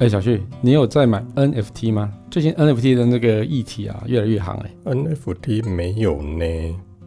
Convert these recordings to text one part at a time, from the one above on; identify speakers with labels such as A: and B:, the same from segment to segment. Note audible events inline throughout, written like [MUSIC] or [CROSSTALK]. A: 哎、小旭，你有在买 NFT 吗？最近 NFT 的那个议题啊，越来越行哎、
B: NFT 没有呢，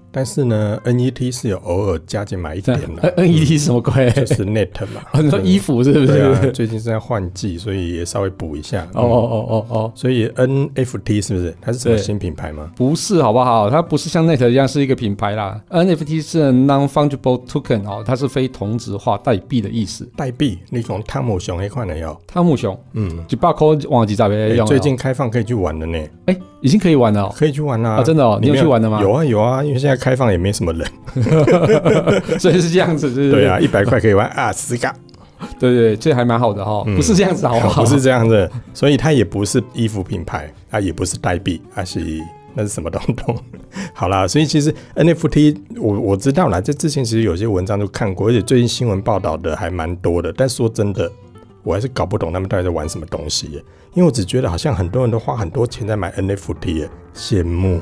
B: 但是呢，NET 是有偶尔加进来一
A: 这
B: 点
A: 样
B: 的、
A: [LAUGHS] 呃 NFT 是什么鬼？，
B: [LAUGHS] 就是 Net 嘛
A: [LAUGHS] 很多哦衣
B: 服
A: 服是不是？
B: 对啊，最近是在换季，所以也稍微补一下。
A: 哦
B: 嗯，
A: 哦哦哦哦，
B: 所以 NFT 是不是它是什么
A: 对
B: 新品牌吗？
A: 不是好不好？它不是像 Net 一样是一个品牌啦，NFT 是 Non Fungible Token 哦，它是非同质化代币的意思。
B: 代币，你讲汤姆熊那块的哟，
A: 汤姆熊
B: 嗯，
A: 一百块往几兆别
B: 诶
A: 用、哦
B: 哎最近开放可以去玩了呢，
A: 哎、已经可以玩了哦。
B: 可以去玩啦、
A: 啊，真的哦，你有去玩的吗？
B: 有啊有啊，因为现在开放也没什么人。
A: 有，所以是这样子，是不是
B: 对啊，，一百块可以玩啊十个，
A: 对对，这还蛮好的哈，
B: 嗯
A: 不是这样子，好不好？
B: [LAUGHS] 不是这样子，所以它也不是衣服品牌，它也不是代币，它是那是什么东东？ [LAUGHS] 好啦，所以其实 NFT 我我知道啦，这之前其实有些文章都看过，而且最近新闻报道的还蛮多的。但说真的，我还是搞不懂他们到底在玩什么东西耶，因为我只觉得好像很多人都花很多钱在买 NFT，耶羡慕。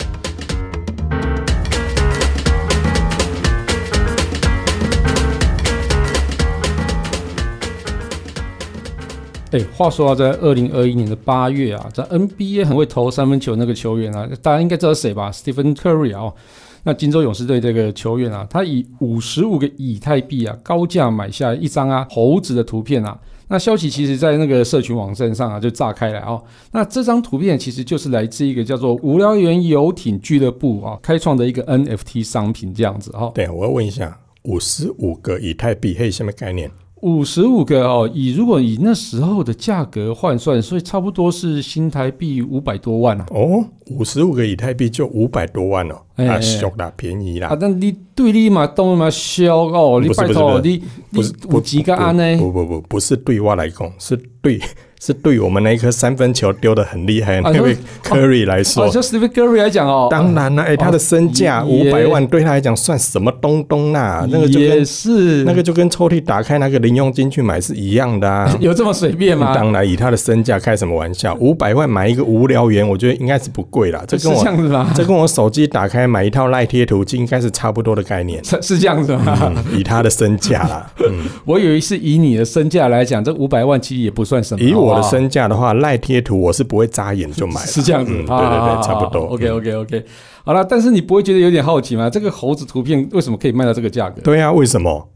A: 哎、话说啊，在二零二一年的八月啊，在 NBA 很会投三分球那个球员啊，大家应该知道谁吧？Stephen Curry 啊、哦，那金州勇士队这个球员啊，他以五十五个以太币啊高价买下一张啊猴子的图片啊。那消息其实，在那个社群网站上啊，就炸开来哦。那这张图片其实就是来自一个叫做“无聊猿游艇俱乐部”啊开创的一个 NFT 商品这样子哦。
B: 对，我要问一下，五十五个以太币，嘿，什么概念？
A: 五十五个哦，以如果以那时候的价格换算，所以差不多是新台币五百多万啊。
B: 哦，五十五个以太币就五百多万哦，
A: 哎
B: 啊，
A: 哎
B: 小啦，便宜
A: 啊
B: 啦，，
A: 但你对你嘛，当然嘛，小哦，你
B: 不是
A: 拜
B: 不是
A: 托
B: 不是
A: 你，你
B: 不是
A: 有几个安呢？
B: 不不不，不是对我来讲，是对是对我们那一颗三分球丢的很厉害
A: 啊
B: 那位
A: 说
B: Curry 来说
A: 哦，，就 Stephen Curry 来讲哦，
B: 当然啦，哎、他的身价五
A: 也
B: 百万对他来讲算什么东东啦、
A: 啊
B: 那个就跟
A: 也是。
B: 那个就跟抽屉打开那个零用金去买是一样的啊
A: [LAUGHS] 有这么随便吗？
B: 当然，以他的身价开什么玩笑？五百万买一个无聊猿，我觉得应该是不贵啦。这
A: 是
B: 跟
A: 这
B: 我
A: 样子吗？。
B: [LAUGHS] 这跟我手机打开买一套赖贴图，应该是差不多的概念
A: [LAUGHS] 是是这样子吗？
B: 嗯、以他的身价
A: [LAUGHS]
B: 啦，嗯，
A: 我以为是以你的身价来讲，这五百万其实也不算什么。
B: 以
A: 好不
B: 我的
A: 好
B: 身价的话，赖贴图我是不会眨眼就买了。
A: 是这样子，
B: 嗯对
A: 好
B: 对
A: 好好
B: 对，差不多。
A: 好 OK OK OK，好了，但是你不会觉得有点好奇吗？这个猴子图片为什么可以卖到这个价格？
B: 对啊，为什么？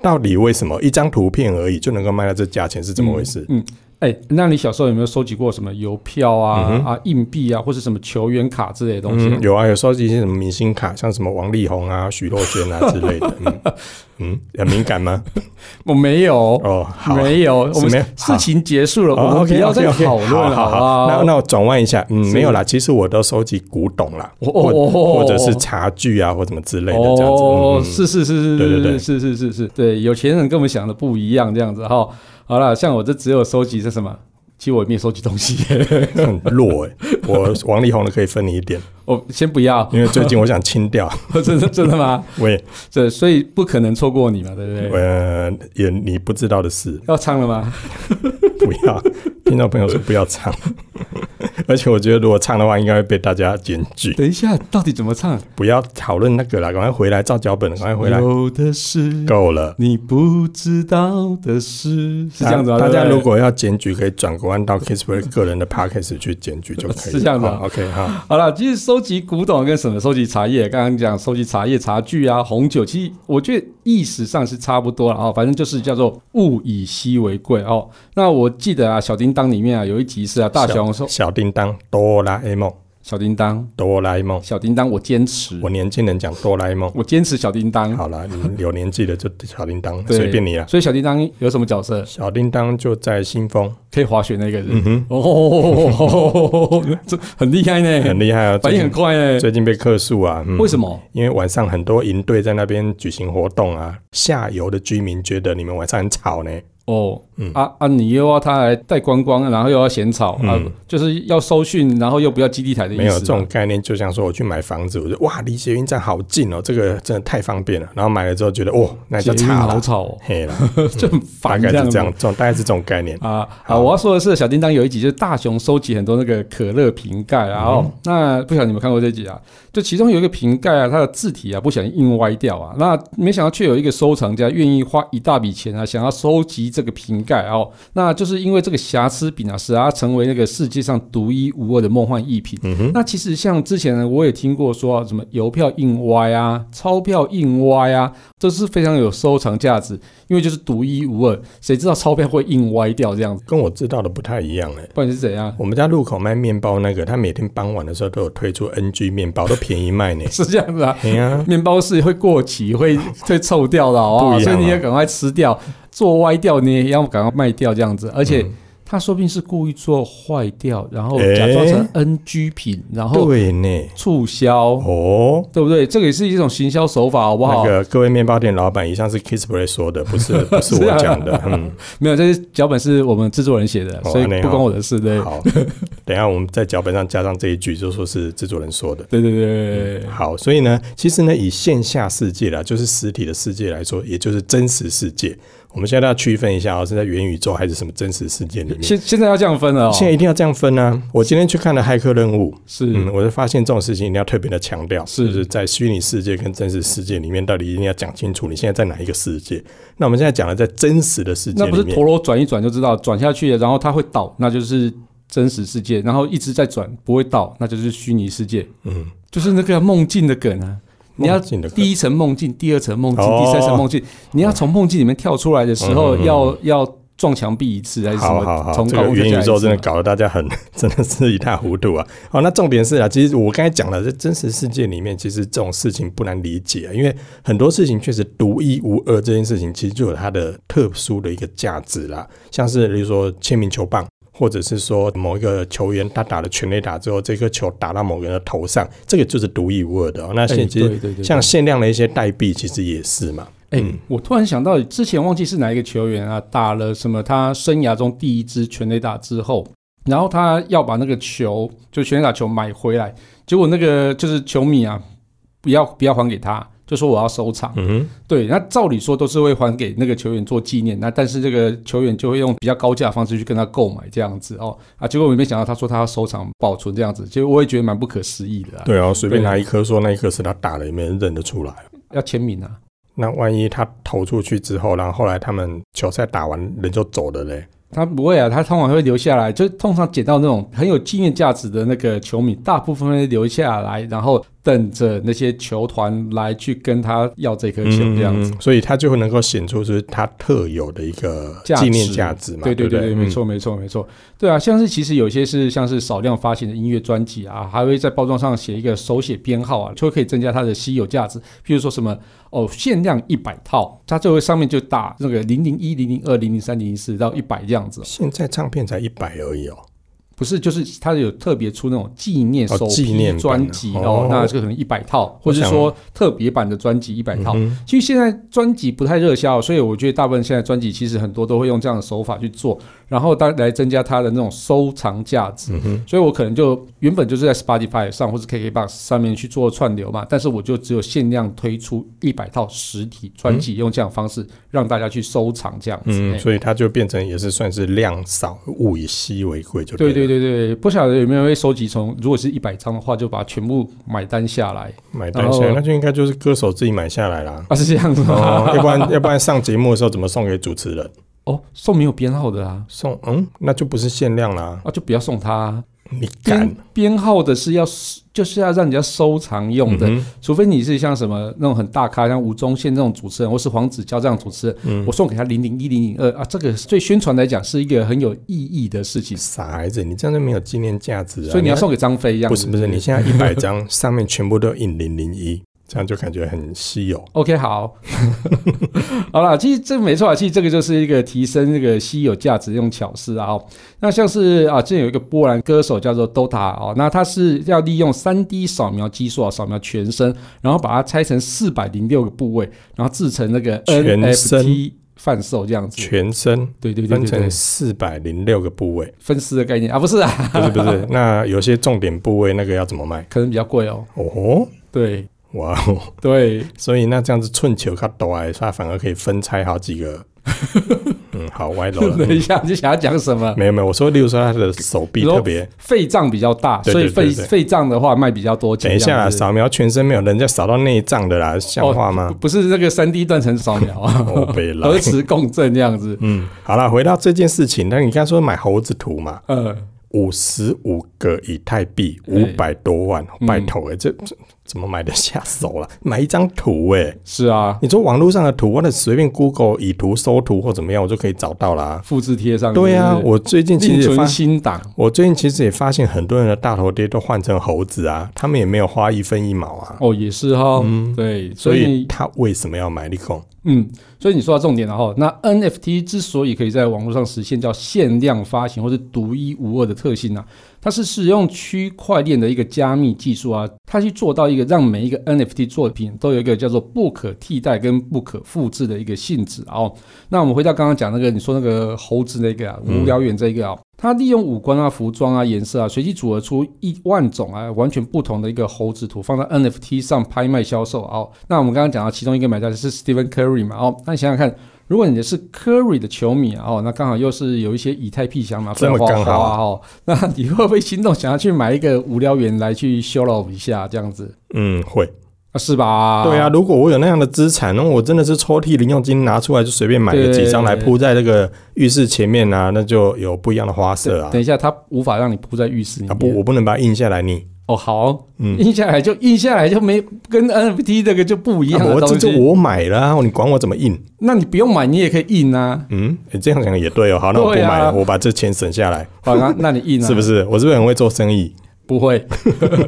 B: 到底为什么一张图片而已就能够卖到这价钱是怎么回事？
A: 嗯，哎、那你小时候有没有收集过什么邮票啊、
B: 嗯哼
A: 啊硬币啊，或是什么球员卡之类的东西？
B: 嗯，有啊，有收集一些什么明星卡，像什么王力宏啊、徐若瑄啊之类的。嗯
A: [LAUGHS]
B: 嗯，很敏感吗？
A: 我没有，
B: 哦，好。
A: 没有，我们
B: 没
A: 事
B: 有好啊
A: 情结束了，我
B: 哦
A: 们不
B: ，OK，
A: 要再
B: OK，OK，
A: 讨论了，
B: 好
A: 好不
B: 好，那
A: 好？
B: 那我转换一下，嗯，
A: 是
B: 没有啦，其实我都收集古董啦，
A: 哦
B: 或
A: 哦哦
B: 或者是茶具啊，或什么之类的这样子。
A: 哦，
B: 嗯
A: 是是是是
B: 对
A: 是
B: 对对
A: 是是是是，对，有钱人跟我们想的不一样，这样子哈。好了，像我这只有收集这什么，其实我也没有收集东西， [LAUGHS]
B: 很弱哎，我王力宏的可以分你一点，
A: 我先不要， [LAUGHS]
B: 因为最近我想清掉，
A: 真的真的吗？
B: 我也
A: 对，所以不可能错过你嘛，对不 [LAUGHS] 对？
B: 呃也你不知道的事，
A: 要唱了吗？
B: 不要，听到朋友说不要唱， [LAUGHS] 而且我觉得如果唱的话，应该会被大家检举。
A: 等一下，到底怎么唱？
B: 不要讨论那个啦，赶快回来照脚本，赶快回来，
A: 有的是
B: 够了。
A: 你不知道的事，是这样子吗？
B: 大大家
A: 对
B: 如
A: 不对
B: 果要检举，可以转国安到 Kissplay 个人的 Podcast 去检举就可以了。
A: 是这样子啊
B: 好 OK 哈，
A: 好了，其实收集古董跟什么收集茶叶，刚刚讲收集茶叶、茶具啊、红酒，其实我觉得意识上是差不多了哦。反正就是叫做物以稀为贵哦。那我记得啊，小叮当里面啊有一集是啊，大雄说
B: 小叮当，哆啦 A 梦，
A: 小叮当，
B: 哆啦 A 梦，
A: 小叮当，我坚持，
B: 我年轻人讲哆啦 A 梦。
A: 我坚持小叮当。
B: 好啦，你有年纪的就小叮当，
A: 嗯对
B: 随便你啦。啊
A: 所以小叮当有什么角色？
B: 小叮当就在
A: [LAUGHS]
B: 新丰，
A: 可以滑雪那个人
B: 嗯哼，
A: 哦， [LAUGHS] 这很厉害
B: 很
A: 呢，
B: 厉害啊，
A: 反
B: 最
A: 应很
B: 近
A: 快哎。
B: 最近被客诉啊，嗯
A: 为什么？
B: 因为晚上很多营队在那边举行活动啊，下游的居民觉得你们晚上很吵呢，
A: 哦，
B: 嗯
A: 啊啊，你又要他来带观光，然后又要嫌吵、啊
B: 嗯，
A: 就是要收讯，然后又不要基地台的意思。啊
B: 没有这种，概念，就像说我去买房子，我就哇离捷运站好近哦，这个真的太方便了。然后买了之后觉得哦，那
A: 捷
B: 就
A: 运
B: 差
A: 好
B: 了，
A: 吵
B: [LAUGHS]
A: 哦，[LAUGHS]
B: 嘿了，
A: 就很
B: 大
A: 烦
B: 概
A: 这
B: 是
A: 样
B: 这
A: 子
B: 样，这种大概是这种概念。
A: 啊啊！
B: 好
A: 我要说的是，小叮当有一集就是大雄收集很多那个可乐瓶盖啊，然
B: 嗯
A: 后、那不晓得你们看过这集啊？就其中有一个瓶盖啊，它的字体啊不小心印歪掉啊，那没想到却有一个收藏家愿意花一大笔钱啊，想要收集这个瓶盖哦，那就是因为这个瑕疵品啊，使它成为那个世界上独一无二的梦幻逸品。
B: 嗯哼，
A: 那其实像之前呢，我也听过说、啊、什么邮票印歪啊、钞票印歪啊，这是非常有收藏价值，因为就是独一无二，谁知道钞票会印歪掉这样子？
B: 跟我知道的不太一样哎、
A: 不然是怎样？ [LAUGHS]
B: 我们家路口卖面包那个，他每天傍晚的时候都有推出 NG 面包，都便
A: [LAUGHS]。
B: 宜卖呢
A: 是这样子啊，
B: 哎呀、
A: 面包是会过期、
B: [LAUGHS]
A: 会会臭掉的哦，
B: 不一样啊
A: 所以你也赶快吃掉，做歪掉你也要赶快卖掉这样子，而且。
B: 嗯
A: 他说不定是故意做坏掉，然后
B: 哎
A: 假装成 NG 品，然后
B: 对呢，
A: 促销，
B: 哦。
A: 对不对？这个也是一种行销手法，好不好？
B: 那个各位面包店老板，以上是 Kissplay 说的，
A: [LAUGHS]
B: 不是不是
A: 是啊
B: 我讲的。嗯，
A: 没有，这些脚本是我们制作人写的，
B: 哦
A: 所以
B: 安内
A: 不
B: 哦
A: 关我的事。对，
B: 好，等一下我们在脚本上加上这一句，就说是制作人说的。
A: 对对对对对，
B: 好，所以呢，其实呢，以线下世界啦，就是实体的世界来说，也就是真实世界。我们现在要区分一下哦，是在元宇宙还是什么真实世界里面？
A: 现现在要这样分了哦，
B: 现在一定要这样分啊！我今天去看了《骇客任务》，
A: 是
B: 嗯，我就发现这种事情一定要特别的强调，
A: 是
B: 就是在虚拟世界跟真实世界里面，到底一定要讲清楚你现在在哪一个世界。那我们现在讲的在真实的世界
A: 那不
B: 里
A: 是
B: 面
A: 陀，螺转一转就知道转下去了，然后它会倒，那就是真实世界；然后一直在转不会倒，那就是虚拟世界，
B: 嗯，
A: 就是那个梦境的梗啊。你要
B: 梦境的梗
A: 第一层梦境，第二层梦境，
B: 哦
A: 第三层梦境，你要从梦境里面跳出来的时候，
B: 嗯嗯嗯
A: 要要撞墙壁一次还是什
B: 好好
A: 么？
B: 好，
A: 从
B: 这
A: 高
B: 个
A: 空跳
B: 元
A: 下来
B: 宇
A: 一
B: 宙
A: 次
B: 真的
A: 嘛？
B: 搞得大家很， [LAUGHS] 真的是一塌糊涂啊。好，那重点是啊，其实我刚才讲了，在真实世界里面，其实这种事情不难理解、啊，因为很多事情确实独一无二，这件事情其实就有它的特殊的一个价值啦，像是比如说签名球棒。或者是说某一个球员他打了全垒打之后，这颗球打到某个人的头上，这个就是独一无二的、哦。那
A: 哎
B: 现其
A: 对
B: 实
A: 对对对，
B: 像限量的一些代币，其实也是嘛。
A: 哎、
B: 嗯
A: 我突然想到，之前忘记是哪一个球员啊，打了什么他生涯中第一支全垒打之后，然后他要把那个球，就全垒打球买回来，结果那个就是球迷啊，不要不要还给他，就说我要收藏。
B: 嗯哼，
A: 对，那照理说都是会还给那个球员做纪念，那但是这个球员就会用比较高价的方式去跟他购买这样子哦啊，结果我没想到他说他要收藏保存这样子，其实我也觉得蛮不可思议的、啊，
B: 对啊，随便
A: 对
B: 拿一颗说那一颗是他打的，也没人认得出来。
A: 要签名啊。
B: 那万一他投出去之后，然后后来他们球赛打完人就走了嘞，
A: 他不会啊，他通常会留下来，就是通常捡到那种很有纪念价值的那个球迷，大部分会留下来，然后等着那些球团来去跟他要这颗球这样子。
B: 嗯所以他就会能够显出是他特有的一个
A: 价值
B: 纪念价值嘛，
A: 对
B: 嗯
A: 对
B: 对不
A: 对对，没。错没错没错，对啊，像是其实有些是像是少量发行的音乐专辑啊，还会在包装上写一个手写编号啊，就可以增加它的稀有价值。譬如说什么哦，限量一百套，它就会上面就打那个零零一、零零二、零零三、零零四到一百这样子哦。
B: 现在唱片才一百而已哦，
A: 不是，就是它有特别出那种纪念
B: 哦
A: 首
B: 纪
A: 批
B: 念版
A: 专辑
B: 的
A: 哦
B: 哦，
A: 那这可能一百套，或
B: 我
A: 者
B: 想
A: 说特别版的专辑一百套。
B: 嗯哼
A: 其实现在专辑不太热销，所以我觉得大部分现在专辑其实很多都会用这样的手法去做，然后当来增加它的那种收藏价值。
B: 嗯哼，
A: 所以我可能就原本就是在 Spotify 上或是 KKBox 上面去做串流嘛，但是我就只有限量推出一百套实体专辑，用这样的方式让大家去收藏这样子。哎
B: 嗯，所以它就变成也是算是量少物以稀为贵，就
A: 对
B: 对
A: 对
B: 了，
A: 对对，不晓得有没有人会收集从，如果是一百张的话，就把它全部买单下来
B: 买单下来
A: 然后
B: 那就应该就是歌手自己买下来啦
A: [LAUGHS] 。啊，是这样子
B: [LAUGHS]
A: 吗？
B: 哦，要不然要不然上节目的时候怎么送给主持人？
A: 哦，送没有编号的啊，
B: 送嗯，那就不是限量啦。
A: 啊就不要送他啊、
B: 你敢
A: 编？编号的是要就是要让人家收藏用的，
B: 嗯哼
A: 除非你是像什么那种很大咖，像吴宗宪这种主持人，或是黄子佼这样主持人，
B: 嗯
A: 我送给他零零一零零二啊，这个对宣传来讲是一个很有意义的事情，
B: 傻孩子，你这样就没有纪念价值啊！
A: 所以你要送给张飞一样
B: 不
A: 子，
B: 是不是，你现在一百张 [LAUGHS] 上面全部都印零零一，这样就感觉很稀有。
A: OK，好， [LAUGHS] 好啦，其实这没错啊，其实这个就是一个提升这个稀有价值的用巧思啊、哦。那像是啊，之前有一个波兰歌手叫做 Dota 哦，那他是要利用 3D 扫描技术啊，扫描全身，然后把它拆成406个部位，然后制成那个
B: 全身
A: NFT。贩售这样子。
B: 全身
A: 对对对
B: 分
A: 对对
B: 成，四百零六个
A: [LAUGHS]
B: 部位，
A: 分尸的概念啊，不是啊，
B: 不是不是。那有些重点部位那个要怎么卖？
A: 可能比较贵哦。
B: 哦，
A: 对
B: 哇哦！
A: 对，
B: 所以那这样子寸球它抖哎，它反而可以分拆好
A: [LAUGHS]
B: 几个。嗯，好歪楼了。
A: 等一
B: 嗯
A: 下你想要讲什么？
B: 没有没有，我说，例如说他的手臂
A: 你说
B: 特别，
A: 肺脏比较大，
B: 对
A: 所以
B: 对对
A: 肺
B: 对
A: 肺脏的话卖比较多钱。
B: 等一下
A: 这
B: 啊啦，
A: 样啊子
B: 扫描全身没有，人家扫到内脏的啦，像话吗？
A: 不是那个三 D 断层扫描啊，
B: 哦，北 [LAUGHS] 来。
A: 核磁共振这样子。
B: 嗯，好了，回到这件事情，那你刚才说买猴子图嘛，
A: 嗯，
B: 五十五个以太币，
A: 哎
B: 五百多万，
A: 嗯
B: 拜托哎、这这怎么买得下手啦？ [LAUGHS] 买一张图哎、
A: 是啊，
B: 你说网络上的图，我得随便 Google 以图搜图或怎么样，我就可以找到啦。
A: 复制贴上。
B: 对啊，
A: 是不是
B: 我最近其
A: 另
B: 实也发
A: 存，新档。
B: 我最近其实也发现很多人的大头贴都换成猴子啊，他们也没有花一分一毛啊，
A: 哦，也是哈，
B: 嗯
A: 对，
B: 所
A: 所
B: 以
A: 以
B: 他为什么要买立空？
A: 嗯，所以你说到重点了哈。那 NFT 之所以可以在网络上实现叫限量发行或是独一无二的特性啊，它是使用区块链的一个加密技术啊，它去做到一个让每一个 NFT 作品都有一个叫做不可替代跟不可复制的一个性质啊哦。那我们回到刚刚讲那个你说那个猴子那个啊，
B: 嗯
A: 无聊猿这一个啊。它利用五官啊、服装啊、颜色啊，随机组合出一万种啊完全不同的一个猴子图，放在 NFT 上拍卖销售啊哦。那我们刚刚讲到其中一个买家是 Stephen Curry 嘛哦，那你想想看，如果你是 Curry 的球迷啊哦，那刚好又是有一些以太币想嘛，
B: 这么
A: 花
B: 刚
A: 花
B: 好
A: 啊
B: 啊
A: 哦，那你会不会心动想要去买一个无聊猿来去修罗一下这样子
B: 嗯，会。
A: 啊？是吧？
B: 对啊，，如果我有那样的资产，那我真的是抽屉零用金拿出来就随便买个几张来
A: 对
B: 铺在这个浴室前面啊，那就有不一样的花色啊
A: 等。一下，它无法让你铺在浴室里
B: 啊
A: 面。
B: 不，我不能把它印下来你。
A: 哦，好，
B: 嗯，
A: 印下来就印下来就没跟 NFT 这个就不一样
B: 啊
A: 的
B: 我这
A: 东
B: 就
A: 西。
B: 我买了、啊，你管我怎么印？
A: 那你不用买，你也可以印
B: [LAUGHS]
A: 啊。
B: 嗯，诶这样讲也对哦。好，那我不
A: 对啊
B: 买了，我把这钱省下来，
A: 好，那那你印啊？
B: 是不是？我是不是很会做生意？
A: 不
B: [LAUGHS]
A: 会。 [LAUGHS]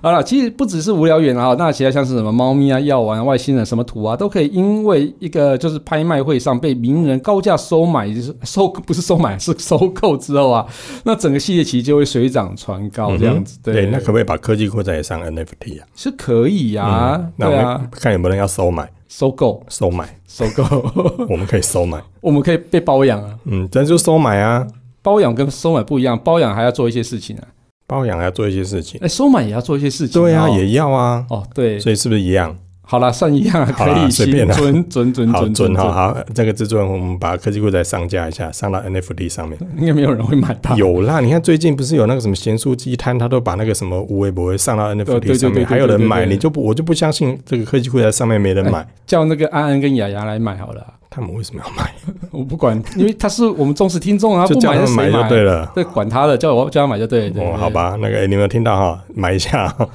A: 好了，其实不只是无聊猿啊，那其他像是什么猫咪啊、药丸、啊、外星人什么图啊，都可以因为一个就是拍卖会上被名人高价收买，就是收不是收买是收购之后
B: [LAUGHS]
A: 啊，那整个系列其实就会水涨船高哦这样子。
B: 嗯哼
A: 对，
B: 那可不可以把科技酷宅也上 NFT 啊？
A: 是可以啊，
B: 嗯那我
A: 对
B: 们、
A: 啊，
B: 看有没有人要收买，
A: 收购
B: 收买，
A: 收购， [LAUGHS]
B: 我们可以收买。
A: 我们可以被包养啊，
B: 嗯，这就收买啊，
A: 包养跟收买不一样，包养还要做一些事情啊，
B: 包养要做一些事情。
A: 哎，收买也要做一些事情、
B: 对啊，
A: 哦
B: 也要啊。
A: 哦对，
B: 所以是不是一样？
A: 好啦，算一样啊，
B: 好
A: 可
B: 啦
A: 以
B: 随便
A: [LAUGHS]
B: 啦
A: 准准准
B: 好
A: 准
B: 准
A: 准
B: 哈，好，这个制作人我们把科技股再上架一下，上到 NFT 上面。
A: 应该没有人会买吧？
B: 有啦，你看最近不是有那个什么咸酥鸡摊，他都把那个什么无微不微上到
A: 对对
B: NFT
A: 对
B: 上
A: 对对
B: 面，还有人买，
A: 对对对哎
B: 你就不我就不相信这个科技股在上面没人买，
A: 叫那个安安跟雅雅来买好了啊、
B: 他们为什么要买？
A: 我不管，因为他是我们忠实听众啊，
B: 就
A: 不
B: 叫
A: 买
B: 他
A: 是
B: 们
A: 谁
B: 买就
A: 买？
B: 对了。
A: 对，管他的，叫我叫他买就对了。对
B: 哦，好，吧，那个、诶你们有听到哈，买一下 [LAUGHS] 哈，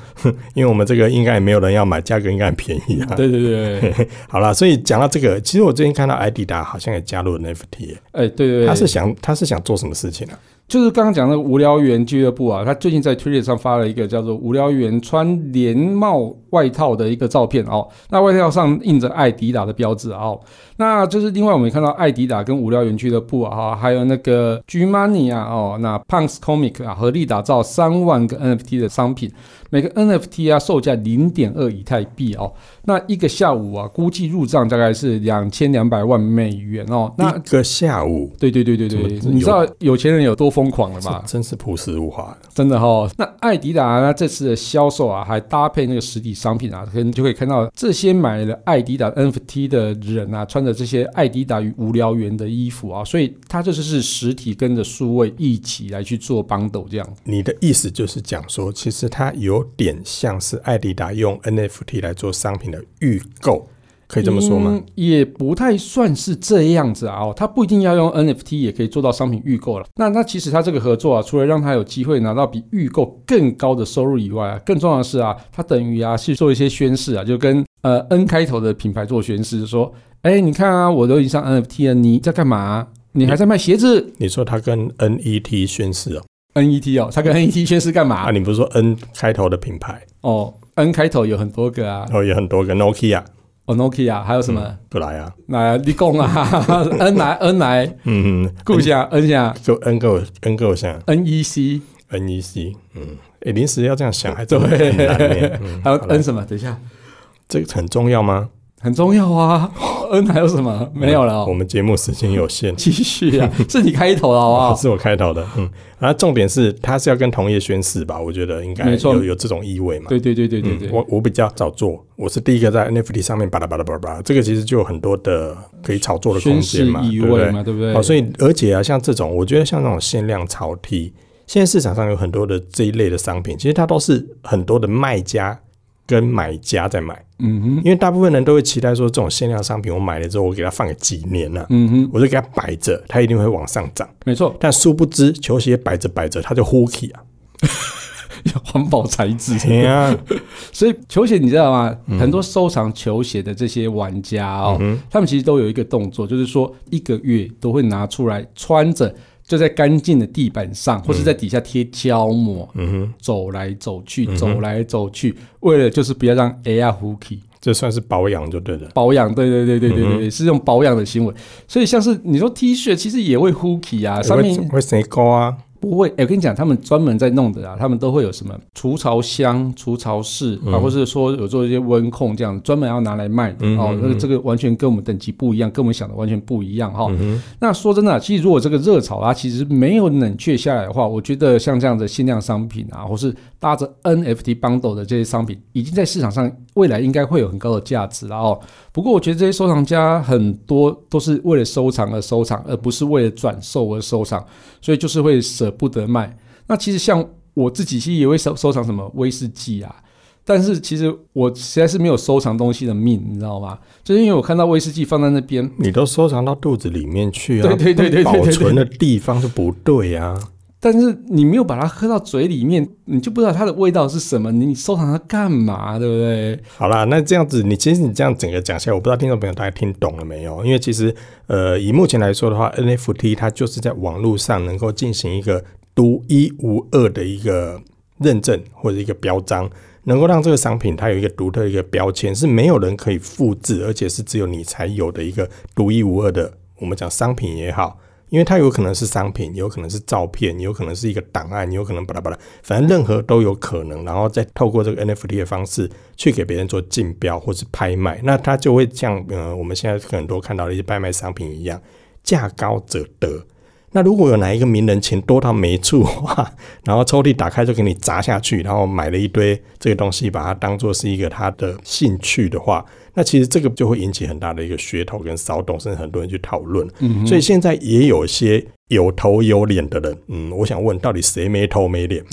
B: 因为我们这个应该也没有人要买，价格应该很便宜啊。
A: 对对对对
B: [LAUGHS]
A: 对，
B: 好啦，所以讲到这个，其实我最近看到艾迪达好像也加入 NFT，耶、
A: 哎、对对对，
B: 他是想他是想做什么事情啊？
A: 就是刚刚讲的无聊猿俱乐部啊，他最近在推特上发了一个叫做“无聊猿穿连帽外套”的一个照片哦。那外套上印着艾迪达的标志哦。那就是另外我们也看到艾迪达跟无聊猿俱乐部啊，还有那个 G Money 啊哦，那 Punks Comic 啊合力打造三万个 NFT 的商品，每个 NFT 啊售价零点二以太币哦。那一个下午啊，估计入账大概是两千两百万美元哦。那
B: 一个下午，
A: 对对对对对，
B: 怎么
A: 你知道有钱人有多疯狂了吧
B: 这？真是朴实无华。
A: 真的哈、哦，那艾迪达呢这次的销售啊，还搭配那个实体商品啊，可能就可以看到这些买了艾迪达 NFT 的人啊，穿着这些艾迪达与无聊猿的衣服啊，所以它这就是实体跟着数位一起来去做 bundle 这样。
B: 你的意思就是讲说，其实它有点像是艾迪达用 NFT 来做商品的预购，可以这么说吗？
A: 嗯也不太算是这样子啊、哦，它不一定要用 NFT 也可以做到商品预购了。那那其实它这个合作啊，除了让它有机会拿到比预购更高的收入以外啊，更重要的是啊，它等于啊是做一些宣示啊，就跟呃 N 开头的品牌做宣示，说，哎，你看啊，我都已经上 NFT 了，你在干嘛、啊你还在卖鞋子
B: 你说它跟 NET 宣誓哦，
A: ？NET 哦，它跟 NET 宣示干
B: 啊，
A: 嘛？
B: 你不是说 N 开头的品牌，
A: 哦，N 开头有很多个啊
B: 然，后有很多个 Nokia
A: 哦 Nokia 还有什么？
B: 过来啊，
A: 来、立功啊，N 来 N 来，
B: 嗯，嗯
A: 顾一下 N 下
B: 就 N 够 N 够像
A: NEC。
B: NEC，嗯，诶，临时要这样想还真的很难
A: 对 [LAUGHS]
B: 呢、，嗯
A: 还有
B: 好啦
A: N 什么？等一下，
B: 这个很重要吗？
A: 很重要啊。 [LAUGHS] 嗯，还有什么？没有了、
B: 我
A: 哦，，
B: 们节目时间有限
A: 继续
B: [LAUGHS]
A: 啊，是你开头的哦好不
B: 啊，
A: 好？
B: 是我开头的，嗯，然后重点是他是要跟同业宣誓吧？我觉得应该
A: 没错
B: 有有这种意味嘛。
A: 对对对对对
B: 嗯
A: 对，
B: 我我比较早做，我是第一个在 NFT 上面巴拉巴拉巴拉巴拉，这个其实就有很多的可以炒作的空
A: 宣誓
B: 间嘛，
A: 意
B: 对不
A: 味
B: 对？
A: 嘛，对不对？
B: 好，所以而且啊，像这种，我觉得像那种限量潮 T，现在市场上有很多的这一类的商品，其实它都是很多的卖家跟买家在买，
A: 嗯哼，
B: 因为大部分人都会期待说，这种限量商品我买了之后，我给它放个几年啊，
A: 嗯哼，
B: 我就给它摆着，它一定会往上涨。
A: 没错，
B: 但殊不知，球鞋摆着摆着，它就 hooky 啊，
A: 环保材质。
B: 对啊，
A: 所以球鞋你知道吗？
B: 嗯
A: 很多收藏球鞋的这些玩家哦，他们其实都有一个动作，就是说一个月都会拿出来穿着。就在干净的地板上，或是在底下贴胶膜，
B: 嗯嗯哼，嗯
A: 走来走去，走来走去，为了就是不要让 air hooky
B: 这算是保养就对了。
A: 保养，对对对对对
B: 嗯
A: 对对，是这种保养的行为。所以像是你说 T 恤，其实也会 hooky 啊，上
B: 会
A: 面
B: 会谁高啊？
A: 不会，哎、我跟你讲，他们专门在弄的啊，他们都会有什么除潮箱、除潮室啊，或是说有做一些温控这样，专门要拿来卖的、哦。那个这个完全跟我们等级不一样，跟我们想的完全不一样哈、那说真的啊、其实如果这个热潮啊，其实没有冷却下来的话，我觉得像这样的限量商品啊，或是搭着 NFT bundle 的这些商品，已经在市场上未来应该会有很高的价值了哦。不过我觉得这些收藏家很多都是为了收藏而收藏，而不是为了转售而收藏。所以就是会舍不得卖。那其实像我自己，其实也会收收藏什么威士忌啊，但是其实我实在是没有收藏东西的命，你知道吗？就是因为我看到威士忌放在那边，
B: 你都收藏到肚子里面去啊，
A: 对对对对对对
B: 保
A: 对
B: 存的地方就不对啊。
A: 但是你没有把它喝到嘴里面，你就不知道它的味道是什么，你收藏它干嘛，对不对？
B: 好啦，那这样子，你其实你这样整个讲下来，我不知道听众朋友大概听懂了没有？因为其实，呃，以目前来说的话，NFT 它就是在网络上能够进行一个独一无二的一个认证或者一个标章，能够让这个商品它有一个独特的一个标签，是没有人可以复制，而且是只有你才有的一个独一无二的。我们讲商品也好。因为它有可能是商品，有可能是照片，有可能是一个档案，有可能巴拉巴拉，反正任何都有可能，然后再透过这个 NFT 的方式去给别人做竞标或是拍卖，那它就会像呃我们现在很多看到的一些拍卖商品一样，价高者得。那如果有哪一个名人钱多到没处花，然后抽屉打开就给你砸下去，然后买了一堆这个东西，把它当做是一个他的兴趣的话，那其实这个就会引起很大的一个噱头跟骚动，甚至很多人去讨论。所以现在也有一些有头有脸的人，嗯，我想问，到底谁没头没脸？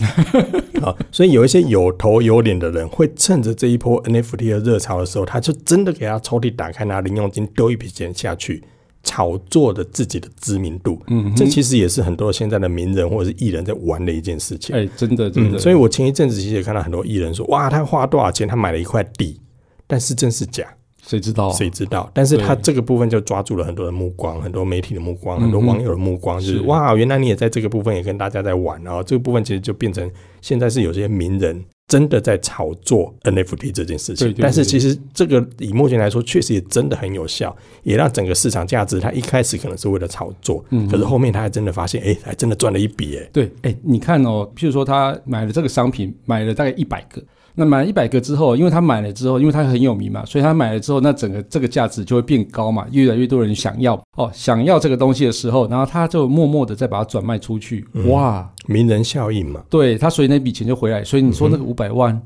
B: 啊，所以有一些有头有脸的人会趁着这一波 NFT 的热潮的时候，他就真的给他抽屉打开，拿零用金丢一笔钱下去，炒作的自己的知名度。嗯，这其实也是很多现在的名人或者是艺人在玩的一件事情。
A: 哎、真的真的，
B: 嗯，所以我前一阵子其实也看到很多艺人说，哇，他花多少钱，他买了一块地，但是真是假？
A: 谁知道？啊
B: 谁知道？但是他
A: 哦对
B: 这个部分就抓住了很多的目光，很多媒体的目
A: 嗯
B: 光，很多网友的目光，就是是哇，原来你也在这个部分也跟大家在玩哦。这个部分其实就变成现在是有些名人真的在炒作 NFT 这件事情，
A: 对对对
B: 但是其实这个以目前来说，确实也真的很有效，也让整个市场价值，它一开始可能是为了炒作，
A: 嗯
B: 可是后面他还真的发现，哎、还真的赚了一笔，哎，
A: 对，哎，你看哦，譬如说他买了这个商品，买了大概一百个，那买了一百个之后，因为他买了之后，因为他很有名嘛，所以他买了之后，那整个这个价值就会变高嘛，越来越多人想要哦，想要这个东西的时候，然后他就默默的再把它转卖出去，
B: 嗯
A: 哇，
B: 名人效应嘛，
A: 对他所以那笔钱就回来，所以你
B: 嗯
A: 说那个五百万、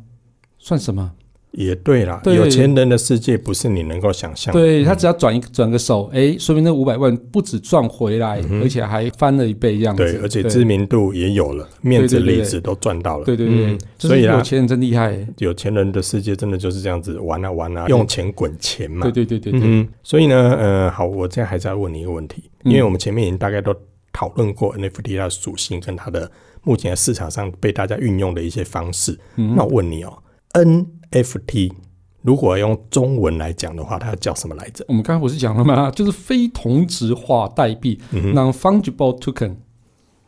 A: 算什么？
B: 也对啦，
A: 对
B: 有钱人的世界不是你能够想象的。
A: 对他只要转一转个手，哎，说明那五百万不止赚回来，而且还翻了一倍这样子，
B: 嗯对，而且知名度也有了，面子
A: 对对对
B: 里子都赚到了。
A: 对对对，
B: 嗯
A: 就是
B: 所以
A: 有
B: 啊，
A: 钱人真厉害，哎
B: 有钱人的世界真的就是这样子玩啊玩啊，用钱滚钱嘛。
A: 对对对对对，
B: 嗯，所以呢，呃，好，我现在还是要问你一个问题，
A: 嗯
B: 因为我们前面已经大概都讨论过 NFT 它的属性跟它的目前市场上被大家运用的一些方式。那我问你哦，NFT 如果要用中文来讲的话，它要叫什么来着？
A: 我们刚才不是讲了吗？就是非同质化代币、
B: 嗯
A: n o n fungible token）。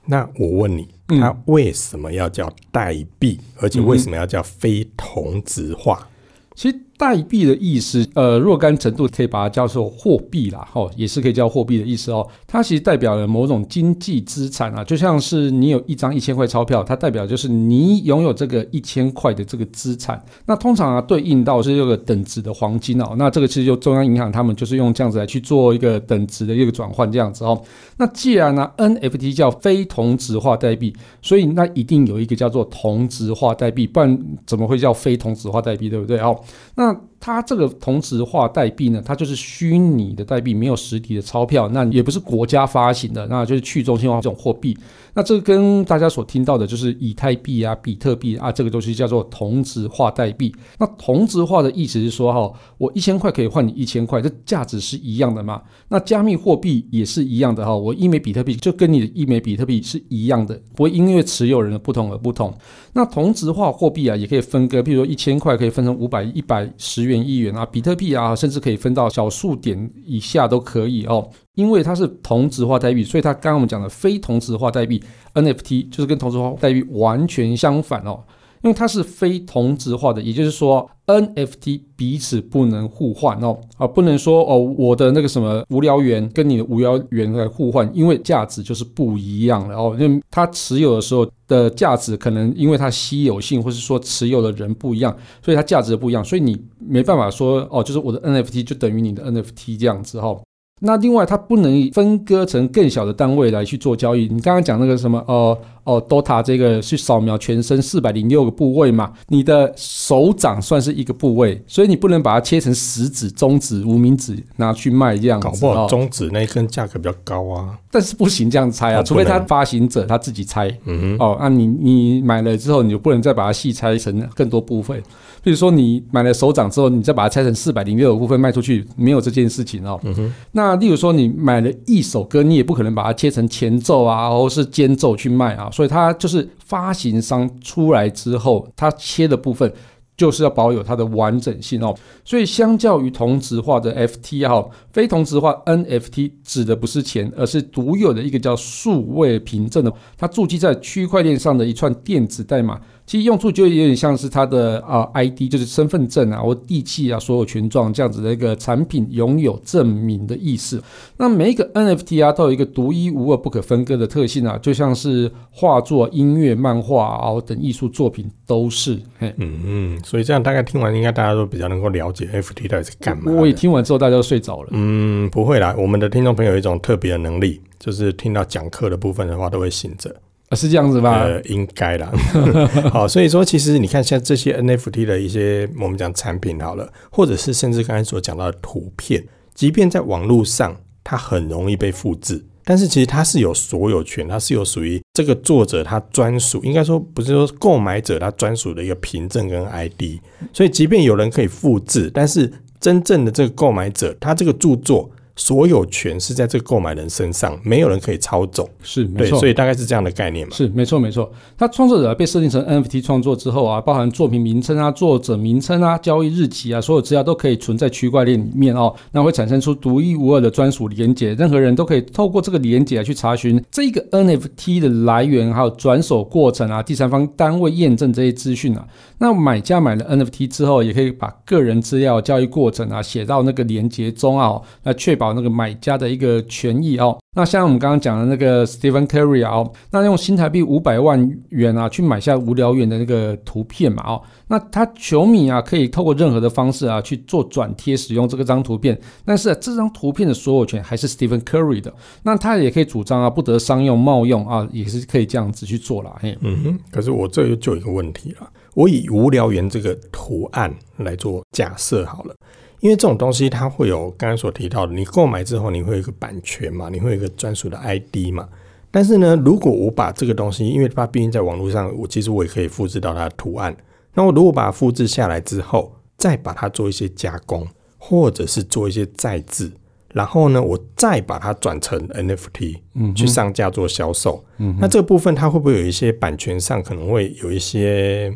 B: 那我问你，
A: 嗯
B: 它为
A: 嗯
B: 什么要叫代币，而且为什么要叫非同质化？
A: 其实代币的意思，呃，若干程度可以把它叫做货币啦，哦，也是可以叫货币的意思哦。它其实代表了某种经济资产啊，就像是你有一张一千块钞票，它代表就是你拥有这个一千块的这个资产。那通常啊，对应到是这个等值的黄金哦。那这个其实就中央银行他们就是用这样子来去做一个等值的一个转换这样子哦。那既然呢、NFT 叫非同质化代币，所以那一定有一个叫做同质化代币，不然怎么会叫非同质化代币，对不对？哦，那它这个同质化代币呢，它就是虚拟的代币，没有实体的钞票，那也不是国家发行的，那就是去中心化这种货币。那这个跟大家所听到的就是以太币啊、比特币啊，这个东西叫做同质化代币。那同质化的意思是说，哈，我一千块可以换你一千块，这价值是一样的嘛？那加密货币也是一样的哈，我一枚比特币就跟你的一枚比特币是一样的，不会因为持有人的不同而不同。那同质化货币啊，也可以分割，譬如说一千块可以分成五百、一百、十元、一元啊，比特币啊，甚至可以分到小数点以下都可以哦。因为它是同质化代币，所以它刚刚我们讲的非同质化代币 NFT 就是跟同质化代币完全相反哦，因为它是非同质化的，也就是说 NFT 彼此不能互换哦，啊，不能说哦我的那个什么无聊猿跟你的无聊猿来互换，因为价值就是不一样的哦，因为它持有的时候的价值可能因为它稀有性，或是说持有的人不一样，所以它价值不一样，所以你没办法说哦，就是我的 NFT 就等于你的 NFT 这样子哈、哦。那另外，它不能以分割成更小的单位来去做交易。你刚刚讲那个什么，呃，哦，DOTA 这个去扫描全身四百零六个部位嘛，你的手掌算是一个部位，所以你不能把它切成食指、中指、无名指拿去卖这样子。
B: 搞不好
A: 哦
B: 中指那一根价格比较高啊。
A: 但是不行这样拆啊，
B: 哦
A: 除非
B: 不
A: 他
B: 能
A: 发行者他自己拆。
B: 嗯
A: 哦，那、你你买了之后，你就不能再把它细拆成更多部分。比如说你买了手掌之后，你再把它拆成四百零六个部分卖出去，没有这件事情哦。
B: 嗯
A: 那例如说你买了一首歌，你也不可能把它切成前奏啊，或是间奏去卖啊。所以它就是发行商出来之后，它切的部分。就是要保有它的完整性哦，所以相较于同质化的 FT 哈、非同质化 NFT 指的不是钱，而是独有的一个叫数位凭证的，它筑基在区块链上的一串电子代码。其实用处就有点像是它的啊、呃 ID，就是身份证啊或地契啊所有权状这样子的一个产品拥有证明的意思。那每一个 NFT 啊都有一个独一无二、不可分割的特性啊，就像是画作、音乐、漫画啊、等艺术作品都是。嘿，
B: 嗯嗯，所以这样大概听完，应该大家都比较能够了解 FT 到底是干嘛的。
A: 我也听完之后大家都睡着了。
B: 嗯，不会啦，我们的听众朋友有一种特别的能力，就是听到讲课的部分的话，都会醒着。
A: 啊是这样子吧？
B: 呃，应该啦。 [LAUGHS] 好，所以说其实你看，像这些 NFT 的一些我们讲产品好了，或者是甚至刚才所讲到的图片，即便在网络上，它很容易被复制。但是其实它是有所有权，它是有属于这个作者他专属，应该说不是说购买者他专属的一个凭证跟 ID。所以即便有人可以复制，但是真正的这个购买者，他这个著作所有权是在这个购买人身上，没有人可以操纵。
A: 是没
B: 对，
A: 错
B: 所。以大概是这样的概念嘛。
A: 是没错没错，它创作者被设定成 NFT 创作之后啊，包含作品名称啊、作者名称啊、交易日期啊，所有资料都可以存在区块链里面哦，那会产生出独一无二的专属连接，任何人都可以透过这个连接来去查询这个 NFT 的来源，还有转手过程啊，第三方单位验证这些资讯啊。那买家买了 NFT 之后，也可以把个人资料、交易过程啊写到那个连接中啊、哦，那确保那个买家的一个权益哦。那像我们刚刚讲的那个 Stephen Curry 啊、哦，那用新台币五百万元啊去买下无聊猿的那个图片嘛哦，那他球迷啊可以透过任何的方式啊去做转贴使用这个张图片，但是、啊、这张图片的所有权还是 Stephen Curry 的，那他也可以主张啊不得商用、冒用啊，也是可以这样子去做啦。嘿，
B: 嗯哼，可是我这就有一个问题了。我以无聊猿这个图案来做假设好了，因为这种东西它会有刚才所提到的，你购买之后你会有一个版权嘛，你会有一个专属的 ID 嘛。但是呢，如果我把这个东西，因为它毕竟在网络上，我其实我也可以复制到它的图案。那我如果把它复制下来之后，再把它做一些加工，或者是做一些再制，然后呢，我再把它转成 NFT，
A: 嗯哼
B: 去上架做销售。嗯那这个部分它会不会有一些版权上可能会有一些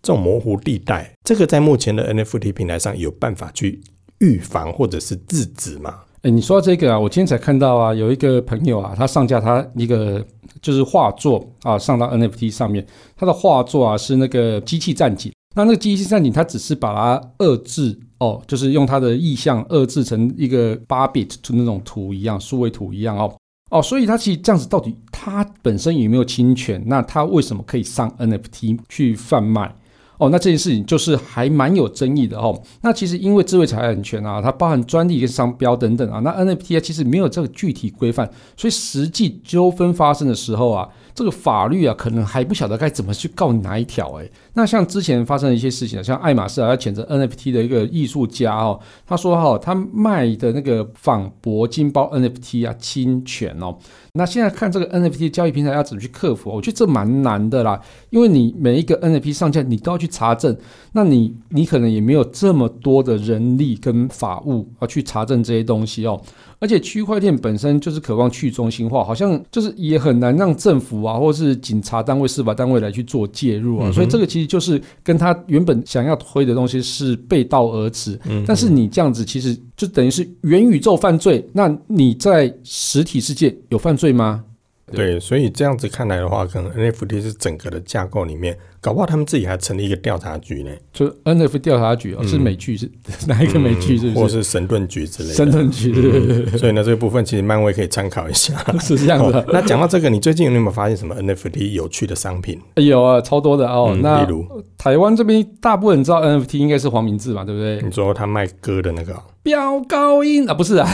B: 这种模糊地带？这个在目前的 NFT 平台上有办法去预防或者是制止吗？
A: 哎，你说到这个啊，我今天才看到啊，有一个朋友啊，他上架他一个就是画作啊，上到 NFT 上面，他的画作啊是那个机器战警。那那个记忆性陷阱，它只是把它遏制哦，就是用它的意象遏制成一个八 bit 就那种图一样，数位图一样哦哦，所以它其实这样子到底它本身有没有侵权？那它为什么可以上 NFT 去贩卖？哦，那这件事情就是还蛮有争议的哦。那其实因为智慧财产权啊，它包含专利跟商标等等啊，那 NFT 啊其实没有这个具体规范，所以实际纠纷发生的时候啊，这个法律啊可能还不晓得该怎么去告哪一条诶、那像之前发生的一些事情啊，像爱马仕啊，要谴责 NFT 的一个艺术家哦，他说哈、哦，他卖的那个仿铂金包 NFT 啊侵权哦。那现在看这个 NFT 交易平台要怎么去克服，我觉得这蛮难的啦，因为你每一个 NFT 上架，你都要去查证，那你你可能也没有这么多的人力跟法务啊去查证这些东西哦。而且区块链本身就是渴望去中心化，好像就是也很难让政府啊，或是警察单位、司法单位来去做介入啊，
B: 嗯哼
A: 所以这个其实就是跟他原本想要推的东西是背道而驰。
B: 嗯
A: 但是你这样子其实就等于是元宇宙犯罪，那你在实体世界有犯罪吗？
B: 对，所以这样子看来的话，可能 NFT 是整个的架构里面，搞不好他们自己还成立一个调查局呢，
A: 就 NF 调查局哦，
B: 嗯
A: 是美剧是哪一个美剧？是
B: 或
A: 不是？
B: 是神盾局之类的。
A: 神盾局对对对，
B: [LAUGHS] 所以呢，这个部分其实漫威可以参考一
A: [LAUGHS]
B: 下。
A: 是这样子
B: 哦
A: 的。
B: 那讲到这个，你最近有没有发现什么 NFT 有趣的商品？
A: 有啊，超多的哦。
B: 嗯
A: 那
B: 例如
A: 台湾这边大部分人知道 NFT 应该是黄明志嘛，对不对？
B: 你说他卖歌的那个哦，
A: 飙高音啊，不是啊，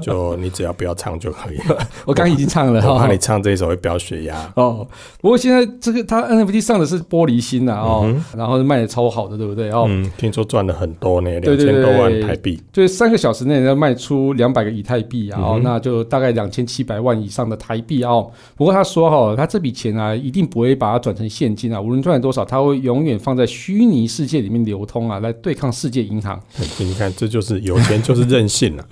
B: 就你只要不要唱就可以了。
A: 我刚刚已经唱了
B: [LAUGHS] 我怕你
A: 哈。
B: 唱这一首会飙血压。
A: 哦，不过现在这个它 NFT 上的是玻璃心呐、啊、哦，
B: 嗯
A: 然后卖的超好的，对不对？哦，
B: 嗯，听说赚了很多呢，
A: 对
B: 两
A: 对
B: 千
A: 对
B: 多万台币。
A: 就是三个小时内要卖出两百个以太币啊、哦，
B: 嗯哼
A: 那就大概两千七百万以上的台币啊、哦。不过他说哈、他这笔钱啊，一定不会把它转成现金啊，无论赚多少，他会永远放在虚拟世界里面流通啊，来对抗世界银行。
B: 嗯你看，这就是有钱就是任性
A: [LAUGHS]
B: 啊！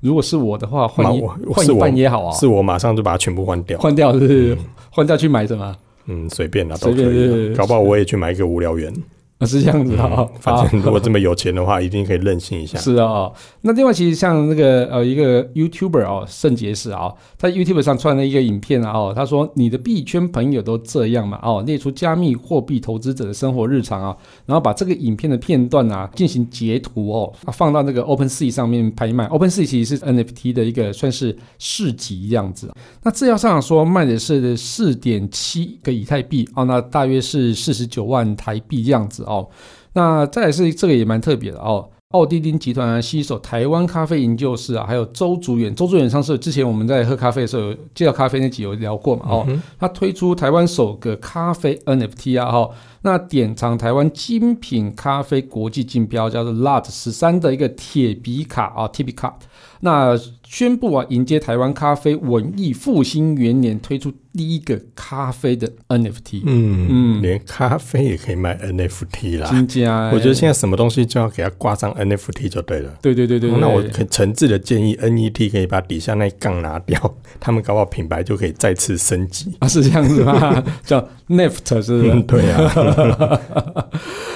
A: 如果是我的话，换
B: 妈
A: 一
B: 我
A: 换
B: 是
A: 一
B: 我
A: 半也好啊，
B: 是我马上就把它全部换掉。
A: 换掉是不是换掉去买什么？
B: 嗯，随便啦，都
A: 随
B: 可
A: 便对对
B: 以
A: 对
B: 啦。搞不好我也去买一个无聊
A: [LAUGHS]
B: 园。
A: 啊是这样子啊、哦
B: 嗯，反正如果这么有钱的话，一定可以任性一下。
A: 是哦，那另外其实像那个呃一个 YouTuber 哦，圣结石啊、哦，他 YouTube 上传了一个影片啊哦，他说你的币圈朋友都这样嘛哦，列出加密货币投资者的生活日常啊，然后把这个影片的片段啊进行截图哦，啊放到那个 OpenSea 上面拍卖。OpenSea 其实是 NFT 的一个算是市集这样子。那资料上说卖的是四点七个以太币哦，那大约是四十九万台币这样子哦。那再来是这个也蛮特别的哦。奥地利集团啊，吸手台湾咖啡研究室啊，还有周竹远。周竹远上次之前我们在喝咖啡的时候有介绍咖啡那集有聊过嘛？哦，
B: 嗯哼
A: 他推出台湾首个咖啡 NFT 啊，哈、那典藏台湾精品咖啡国际竞标叫做 LUT 十三的一个铁皮卡啊，铁皮卡，那宣布啊，迎接台湾咖啡文艺复兴元年，推出第一个咖啡的 NFT，
B: 嗯
A: 嗯
B: 连咖啡也可以卖 NFT 啦。
A: 金家、
B: 我觉得现在什么东西就要给它挂上 NFT 就对了。哦
A: 对对对对对，
B: 那我可诚挚的建议，NET 可以把底下那一杠拿掉， [LAUGHS] 他们搞不好品牌就可以再次升级。
A: [LAUGHS] 啊是这样子吗？ [LAUGHS] 叫 Neft 是不是？
B: 嗯，对啊，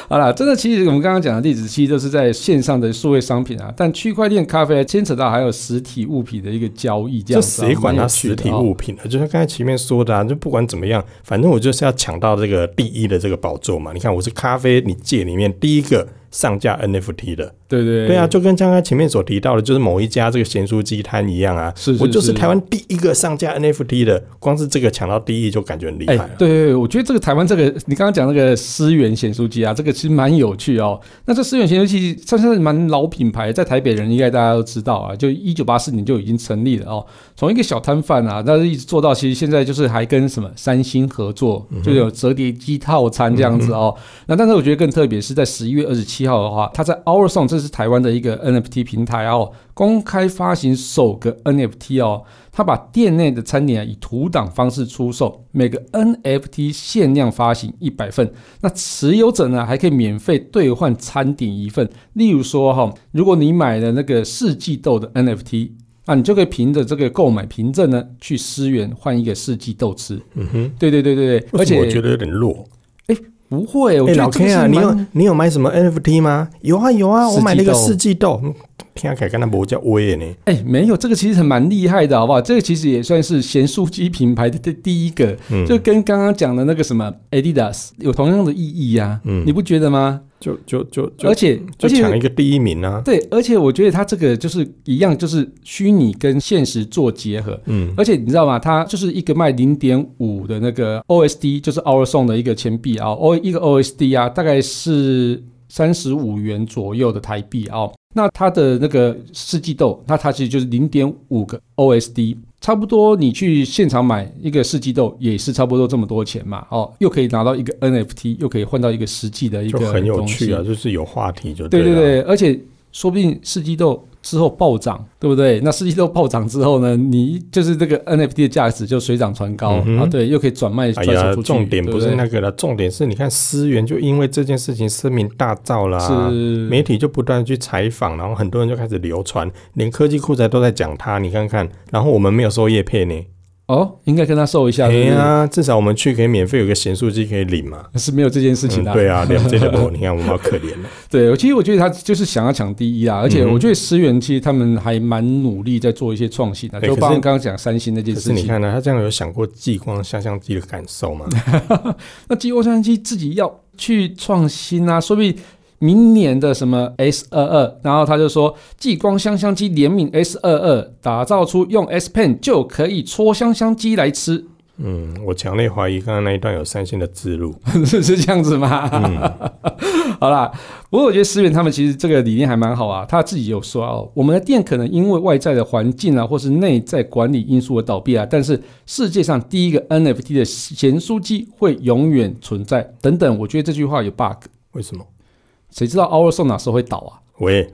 A: 好啦，真的，其实我们刚刚讲的例子，其实都是在线上的数位商品啊，但区块链咖啡牵扯到还有实体物品的一个交易，这
B: 这
A: 样子啊、
B: 谁管
A: 蛮
B: 它
A: 有趣
B: 实
A: 的
B: 体
A: 哦
B: 物品啊？就像刚才前面说的，啊，就不管怎么样，反正我就是要抢到这个第一的这个宝座嘛。你看，我是咖啡你界里面第一个上架 NFT 的，
A: 对对
B: 对啊，，就跟刚刚前面所提到的，就是某一家这个咸酥鸡摊一样啊，
A: 是是
B: 我就是
A: 是
B: 台湾第一个上架 NFT 的，光是这个抢到第一就感觉很厉害啊
A: 哎、
B: 了。
A: 对对对，我觉得这个台湾这个，你刚刚讲那个思源显书机啊，这个其实蛮有趣哦。那这思源显书机算是蛮老品牌，在台北人应该大家都知道啊，就一九八四年就已经成立了哦。从一个小摊贩啊，但是一直做到其实现在就是还跟什么三星合作，
B: 嗯
A: 就有折叠机套餐这样子哦。那但是我觉得更特别是在十一月二十七号的话，它在 Our Song 这是台湾的一个 NFT 平台哦，公开发行首个 NFT 哦。他把店内的餐点啊以图档方式出售，每个 NFT 限量发行一百份，那持有者呢还可以免费兑换餐点一份。例如说哈、如果你买了那个四季豆的 NFT。啊，你就可以凭着这个购买凭证呢，去思源换一个四季豆吃。
B: 嗯哼，
A: 对对对对对，而
B: 为什
A: 且
B: 么我觉得有点弱。
A: 不会，我
B: 哎，
A: 觉
B: 老
A: 得这个
B: K 啊，
A: 是
B: 你有
A: 蛮
B: 你有买什么 NFT 吗？有啊有啊，我买了一个
A: 四
B: 四季豆，嗯听起来跟他无叫威呢。
A: 哎、没有，这个其实很蛮厉害的，好不好？这个其实也算是咸酥鸡品牌的 [LAUGHS] 第第一个，
B: 嗯，
A: 就跟刚刚讲的那个什么 Adidas 有同样的意义啊，
B: 嗯
A: 你不觉得吗？
B: 就就就
A: 而
B: 就
A: 且而
B: 就
A: 且
B: 抢一个第一名啊。
A: 对，而且我觉得它这个就是一样，就是虚拟跟现实做结合。
B: 嗯
A: 而且你知道吗？它就是一个卖零点五的那个 OSD，就是 Our Song 的一个钱币啊，O 一个 OSD 啊，大概是三十五元左右的台币啊。那它的那个四季豆，那它其实就是零点五个 OSD，差不多你去现场买一个四季豆也是差不多这么多钱嘛。哦，又可以拿到一个 NFT，又可以换到一个实际的一
B: 就
A: 个
B: 很有
A: 东西
B: 趣啊，就是有话题就
A: 对
B: 对
A: 对
B: 了。
A: 对，而且说不定四季豆之后暴涨，对不对？那四季豆暴涨之后呢，你就是这个 NFT 的价值就水涨船高、
B: 嗯哼
A: 啊，对，又可以转卖转
B: 哎
A: 手
B: 呀
A: 出，去。
B: 重点不是那
A: 对
B: 个了，重点是你看思源就因为这件事情声名大噪啦、
A: 不对是
B: 媒体就不断地去采访，然后很多人就开始流传，连科技酷宅都在讲他，你看看。然后我们没有收叶配呢，
A: 哦，应该跟他收一下，
B: 哎
A: 对不对
B: 呀，至少我们去可以免费有个咸酥鸡可以领嘛。
A: 是没有这件事情的、
B: 嗯对啊，两
A: [LAUGHS]
B: 这两头，你看我们好可怜了。啊
A: 对，我其实我觉得他就是想要抢第一啊，而且
B: 嗯哼
A: 我觉得思源其实他们还蛮努力在做一些创新的、
B: 哎
A: 就
B: 可是
A: 包括刚刚讲三星那件
B: 可是
A: 事
B: 你
A: 情。
B: 看啊呢、他这样有想过激光下相机的感受吗？
A: 那激光相机自己要去创新啊，说不定明年的什么 S 二二，然后他就说激光香香机联名 S 二二，打造出用 S Pen 就可以戳香香鸡来吃， [LAUGHS]
B: 嗯，我强烈怀疑刚刚那一段有三星的植入。
A: 是是这样子吗？ [LAUGHS] 好啦，不过我觉得思源他们其实这个理念还蛮好啊，他自己有说哦，我们的店可能因为外在的环境啊，或是内在管理因素而倒闭啊，但是世界上第一个 NFT 的咸酥鸡会永远存在，等等，我觉得这句话有 bug。
B: 为什么？
A: 谁知道 Our Song 哪时候会倒
B: [LAUGHS]
A: 啊？
B: 喂，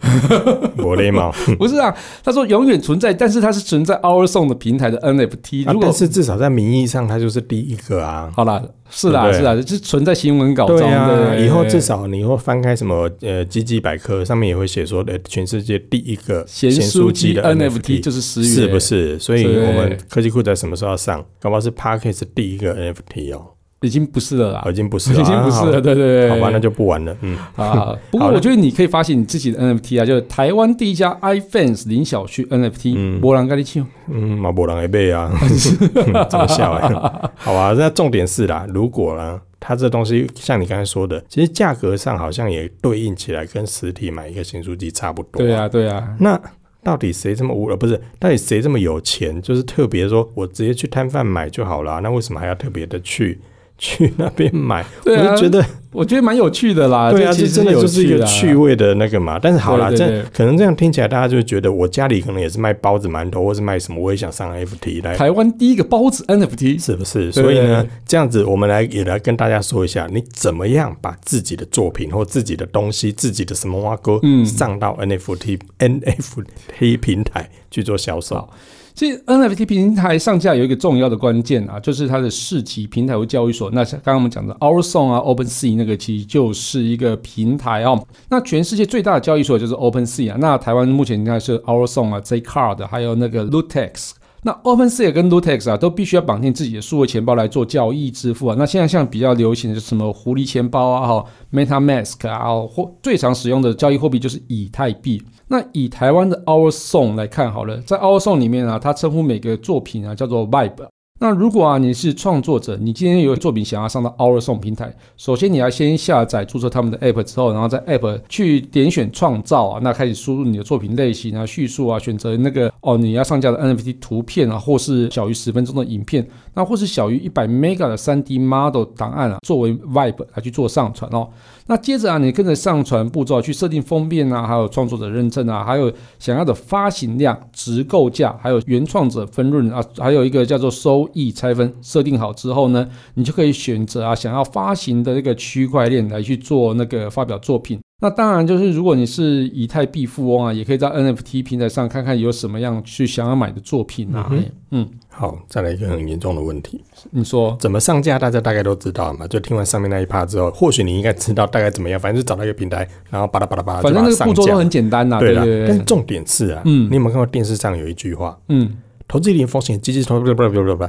B: 我勒毛。
A: 不是啊，他说永远存在，但是它是存在 Our Song 的平台的 NFT。
B: 啊
A: 如果、
B: 但是至少在名义上，他就是第一个啊。
A: 好啦，是啦
B: 对不对
A: 是啦，就是存在新闻稿中
B: 对
A: 的。
B: 啊，以后至
A: 这
B: 少你以后翻开什么呃《基基百科》，上面也会写说，呃，全世界第一个
A: 咸
B: 酥
A: 酥
B: 鸡
A: 鸡
B: 的
A: NFT 就是十元，
B: 是不？是？所以
A: 对
B: 我们科技库在什么时候要上？搞不好是 Parkes 第一个 NFT 哦，
A: 已经不是了啦
B: 哦，已经不是
A: 已
B: 了，
A: 经不
B: 啊
A: 是了，。对对对。
B: 好好吧，那就不玩了。嗯，
A: 好
B: [LAUGHS]
A: 好。不过
B: 好了
A: 我觉得你可以发现你自己的 NFT 啊，就是台湾第一家 iFans 林小区 NFT，
B: 嗯
A: 波兰咖喱庆。
B: 嗯，马博狼一倍
A: [LAUGHS]
B: 啊， [LAUGHS] 怎么笑哎、好吧，那重点是啦，如果啦，它这东西像你刚才说的，其实价格上好像也对应起来跟实体买一个新书机差不多。
A: 对，啊对啊，
B: 那到底谁这么无呃不是，到底谁这么有钱？就是特别说我直接去摊贩买就好啦，那为什么还要特别的去 [LAUGHS] 去那边买？
A: 对啊
B: 我就觉得
A: 我觉得蛮有趣的啦。
B: 对啊，
A: 这其
B: 这
A: 实
B: 真的就是一
A: 有
B: 个趣
A: 味。
B: 味的那个嘛。但是好啦，
A: 对对
B: 这可能这样听起来，大家就觉得我家里可能也是卖包子、馒头，或是卖什么，我也想上 FT 来，
A: 台湾第一个包子 NFT，
B: 是不是？
A: 对
B: 所以呢，这样子我们来也来跟大家说一下，你怎么样把自己的作品或自己的东西、自己的什么挖沟
A: 嗯
B: 上到 NFT、NFT [LAUGHS] 平台去做销售
A: 好？其实 NFT 平台上架有一个重要的关键啊，就是它的市集平台或交易所。那像刚刚我们讲的 Our Song 啊、OpenSea 那个，其实就是一个平台哦。那全世界最大的交易所就是 OpenSea 啊。那台湾目前应该是 Our Song 啊、Zcard，还有那个 Lutex。那 OpenSea 跟 Lutex 啊，都必须要绑定自己的数位钱包来做交易支付啊。那现在像比较流行的就是什么狐狸钱包啊、哈 MetaMask 啊，哦或最常使用的交易货币就是以太币。那以台湾的 Our Song 来看好了，在 Our Song 里面啊，它称呼每个作品啊叫做 Vibe。那如果啊你是创作者，你今天有作品想要上到 Our Song 平台，首先你要先下载注册他们的 App 之后，然后在 App 去点选创造啊，那开始输入你的作品类型啊、叙述啊，选择那个哦你要上架的 NFT 图片啊，或是小于十分钟的影片，那或是小于一百 mega 的 3D model 档案啊，作为 Vibe 来去做上传哦。那接着啊，你跟着上传步骤啊去设定封面啊，还有创作者认证啊，还有想要的发行量、直购价，还有原创者分润啊，还有一个叫做收益拆分。设定好之后呢，你就可以选择啊想要发行的那个区块链来去做那个发表作品。那当然就是如果你是以太币富翁啊，也可以在 NFT 平台上看看有什么样去想要买的作品啊。
B: 嗯哼
A: 嗯，
B: 好，再来一个很严重的问题，
A: 你说
B: 怎么上架？大家大概都知道嘛。就听完上面那一趴之后，或许你应该知道大概怎么样。反正就找到一个平台，然后巴拉巴拉巴拉，
A: 反正那
B: 就
A: 个
B: 把它
A: 步骤
B: 上
A: 都
B: 架
A: 很简单呐、
B: 啊对
A: 对
B: 啦。
A: 对
B: 但是
A: 对，
B: 重点是啊，
A: 嗯
B: 你有没有看过电视上有一句话？
A: 嗯，
B: 投资一点风险，基金投不不不不不，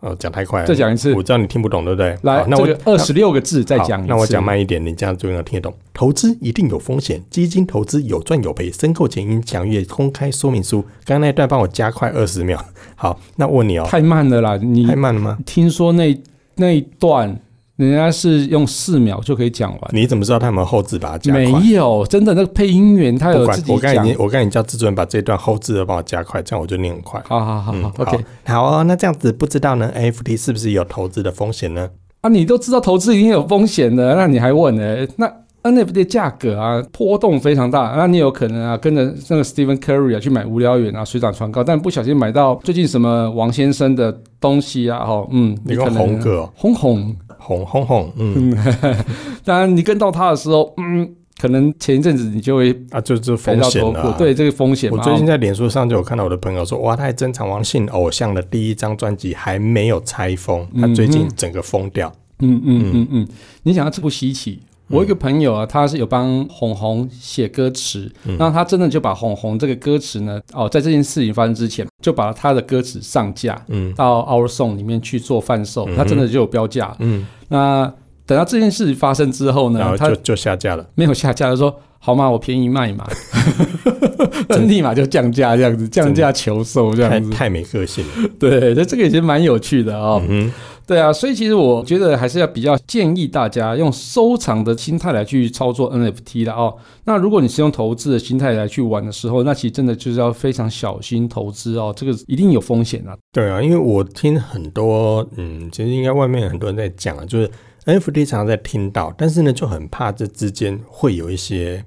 B: 呃，讲太快了，
A: 再讲一次
B: 我知道你听不懂，对不对？
A: 来
B: 嗯好，那我
A: 这个二十六个字再讲一
B: 好
A: 次。
B: 那我讲慢一点，你这样就能听得懂。投资一定有风险，基金投资有赚有赔，申购前应详阅公开说明书。刚刚那一段帮我加快二十秒。 [LAUGHS] 好，那我问你哦，
A: 太慢了啦！你
B: 太慢了吗？
A: 听说那那一段，人家是用四秒就可以讲完，
B: 你怎么知道他有没有后置把它加快？
A: 没有，真的那个配音员他
B: 不
A: 有
B: 管
A: 自，己
B: 我刚才
A: 讲
B: 已。经，我刚才已经叫制作人把这段后置的帮我加快，这样我就念很快。嗯
A: 好好好好，OK。
B: 好哦，那这样子不知道呢，NFT 是不是有投资的风险呢？
A: 啊，你都知道投资一定有风险的，那你还问呢、那 NFT 的价格啊，波动非常大，那你有可能啊，跟着那个 Stephen Curry 啊去买无聊猿啊，水涨船高，但不小心买到最近什么王先生的东西啊，哦，嗯，
B: 你
A: 可
B: 用
A: 能
B: 红哥、哦，
A: 红红，
B: 红红红，嗯
A: 当然你跟到他的时候，嗯，可能前一阵子你就会
B: 啊，就是
A: 赔
B: 风
A: 到
B: 险
A: 头
B: 了、
A: 破，对这个风险
B: 我
A: 嘛。
B: 最近
A: 哦
B: 在脸书上就有看到我的朋友说，哇，他还珍藏王姓偶像的第一张专辑还没有拆封，他最近整个封掉。
A: 嗯嗯嗯嗯，你想到这不稀奇。我一
B: 嗯
A: 个朋友啊，他是有帮红红写歌词，
B: 嗯
A: 那他真的就把红红这个歌词呢，哦，在这件事情发生之前，就把他的歌词上架
B: 嗯
A: 到 Our Song 里面去做贩售
B: 嗯，哼
A: 他真的就有标价。
B: 嗯，
A: 那等到这件事情发生之后
B: 然
A: 呢
B: 后，
A: 他
B: 就就下架了。
A: 没有下架，就说好嘛，我便宜卖
B: [LAUGHS]
A: 嘛，立马就降价这样子，降价求售这
B: 太
A: 样子。
B: 太没个性了。
A: [LAUGHS] 对，那这个也是蛮有趣的哦。
B: 嗯
A: 对啊，所以其实我觉得还是要比较建议大家用收藏的心态来去操作 NFT 的哦。那如果你是用投资的心态来去玩的时候，那其实真的就是要非常小心投资哦，这个一定有风险啊。
B: 对啊，因为我听很多，嗯，其实应该外面很多人在讲啊，就是 NFT 常常在听到，但是呢就很怕这之间会有一些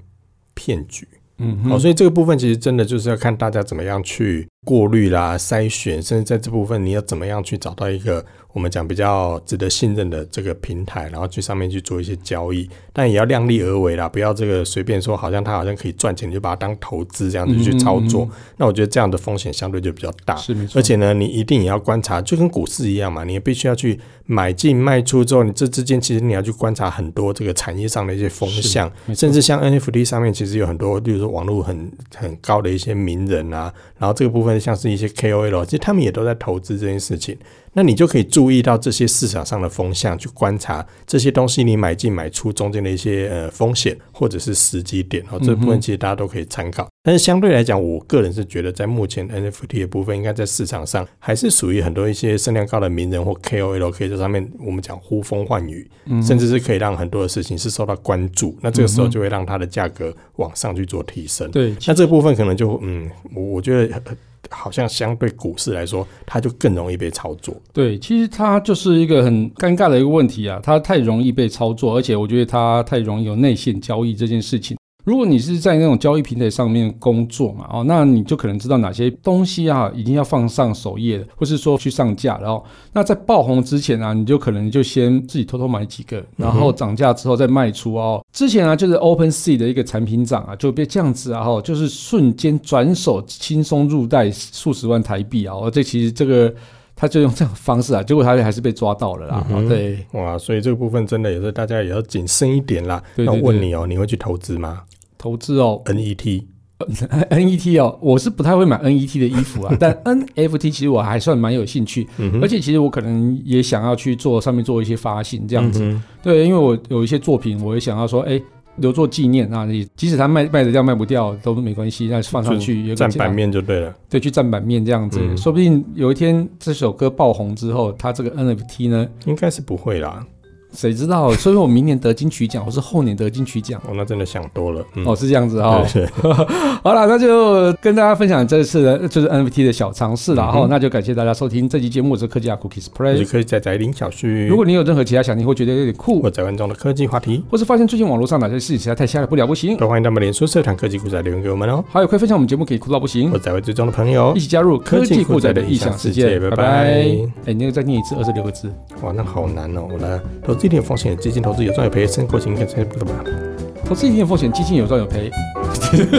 B: 骗局。
A: 嗯
B: 好，
A: 哼，
B: 所以这个部分其实真的就是要看大家怎么样去过滤啦、筛选，甚至在这部分你要怎么样去找到一个我们讲比较值得信任的这个平台，然后去上面去做一些交易，但也要量力而为啦，不要这个随便说好像它好像可以赚钱，你就把它当投资这样子去操作。
A: 嗯嗯
B: 那我觉得这样的风险相对就比较大。
A: 是没错，
B: 而且呢，你一定也要观察，就跟股市一样嘛，你也必须要去买进卖出之后，你这之间其实你要去观察很多这个产业上的一些风
A: 是
B: 向，
A: 没错
B: 甚至像 NFT 上面其实有很多，例如说网络很很高的一些名人啊，然后这个部分像是一些 KOL，其实他们也都在投资这件事情。那你就可以注意到这些市场上的风向，去观察这些东西你买进买出中间的一些呃风险或者是时机点哦，这
A: 嗯
B: 部分
A: 哼
B: 其实大家都可以参考。但是相对来讲，我个人是觉得在目前 NFT 的部分，应该在市场上还是属于很多一些声量高的名人或 KOL 可以在上面我们讲呼风唤雨，
A: 嗯
B: 甚至是可以让很多的事情是受到关注。那这个时候就会让它的价格往上去做提升。
A: 对，
B: 那这个部分可能就嗯，我我觉得呃好像相对股市来说，它就更容易被操作。
A: 对，其实它就是一个很尴尬的一个问题啊，它太容易被操作，而且我觉得它太容易有内线交易这件事情。如果你是在那种交易平台上面工作嘛，哦，那你就可能知道哪些东西啊已经要放上首页了，或是说去上架了哦，然后那在爆红之前啊，你就可能就先自己偷偷买几个，
B: 嗯
A: 然后涨价之后再卖出哦。之前啊，就是 OpenSea 的一个产品涨啊，就被这样子啊，哦，就是瞬间转手轻松入袋数十万台币啊，哦，这其实这个他就用这种方式啊，结果他还是被抓到了啦。
B: 嗯哼
A: 哦对，
B: 哇，所以这个部分真的也是大家也要谨慎一点啦。
A: 对对
B: 那我问
A: 对
B: 你哦，你会去投资吗 E
A: 投资哦
B: ？NET
A: ，NFT 哦，我是不太会买 NET 的衣服啊，
B: [LAUGHS]
A: 但 NFT 其实我还算蛮有兴趣，
B: 嗯哼
A: 而且其实我可能也想要去做上面做一些发行这样子。
B: 嗯
A: 对，因为我有一些作品，我也想要说，哎，留作纪念啊。你即使它卖卖得掉、卖不掉都没关系，那放上去有
B: 哼
A: 个
B: 占
A: 价
B: 版，面就对了。
A: 对，去占版面这样子，
B: 嗯
A: 说不定有一天这首歌爆红之后，它这个 NFT 呢，
B: 应该是不会啦。
A: 谁知道？ [LAUGHS] 所以我明年得金曲奖，或是后年得金曲奖。
B: 哦，那真的想多了。嗯
A: 哦，，是这样子哦。
B: 对 [LAUGHS]
A: 好了，那就跟大家分享这次的就是 NFT 的小尝试了。
B: 嗯
A: 然
B: 哼
A: 后、那就感谢大家收听这期节目，我是科技啊 Cookies
B: 对，也
A: Play。
B: 可以在宅林小旭，
A: 如果你有任何其他想听或觉得有点酷
B: 或，宅湾中的科技话题，
A: 或是发现最近网络上哪些事情实在太瞎了不了不行，
B: 都欢迎他们脸书社团科技股仔留言给我们哦。
A: 还有快分享我们节目可以酷到不行
B: 或，宅会追踪的朋友
A: 嗯
B: 哦
A: 一，起加入科技酷宅的异想世界。
B: 科技酷宅的异想世界
A: 拜
B: 拜拜
A: 拜。哎、你那个再念一次二十六个字。
B: 哇，那好难哦。我来投资一点风险，基金投资有赚有赔，申购前应该不怎么
A: 投哦资一定有风险，基金有赚有赔。 [LAUGHS]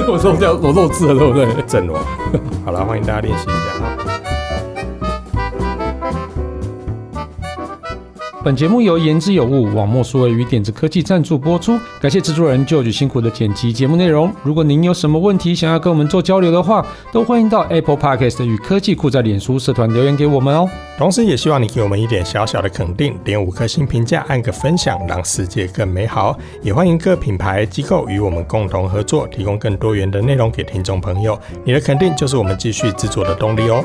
A: 我漏掉我漏字了，对不对？
B: 正哦。 [LAUGHS] 好了，欢迎大家练习一下啊。
A: 本节目由言之有物网络数位与点子科技赞助播出，感谢制作人 George 辛苦的剪辑节目内容。如果您有什么问题想要跟我们做交流的话，都欢迎到 Apple Podcast 与科技酷在脸书社团留言给我们哦。
B: 同时，也希望你给我们一点小小的肯定，点五颗星评价，按个分享，让世界更美好。也欢迎各品牌机构与我们共同合作，提供更多元的内容给听众朋友。你的肯定就是我们继续制作的动力哦。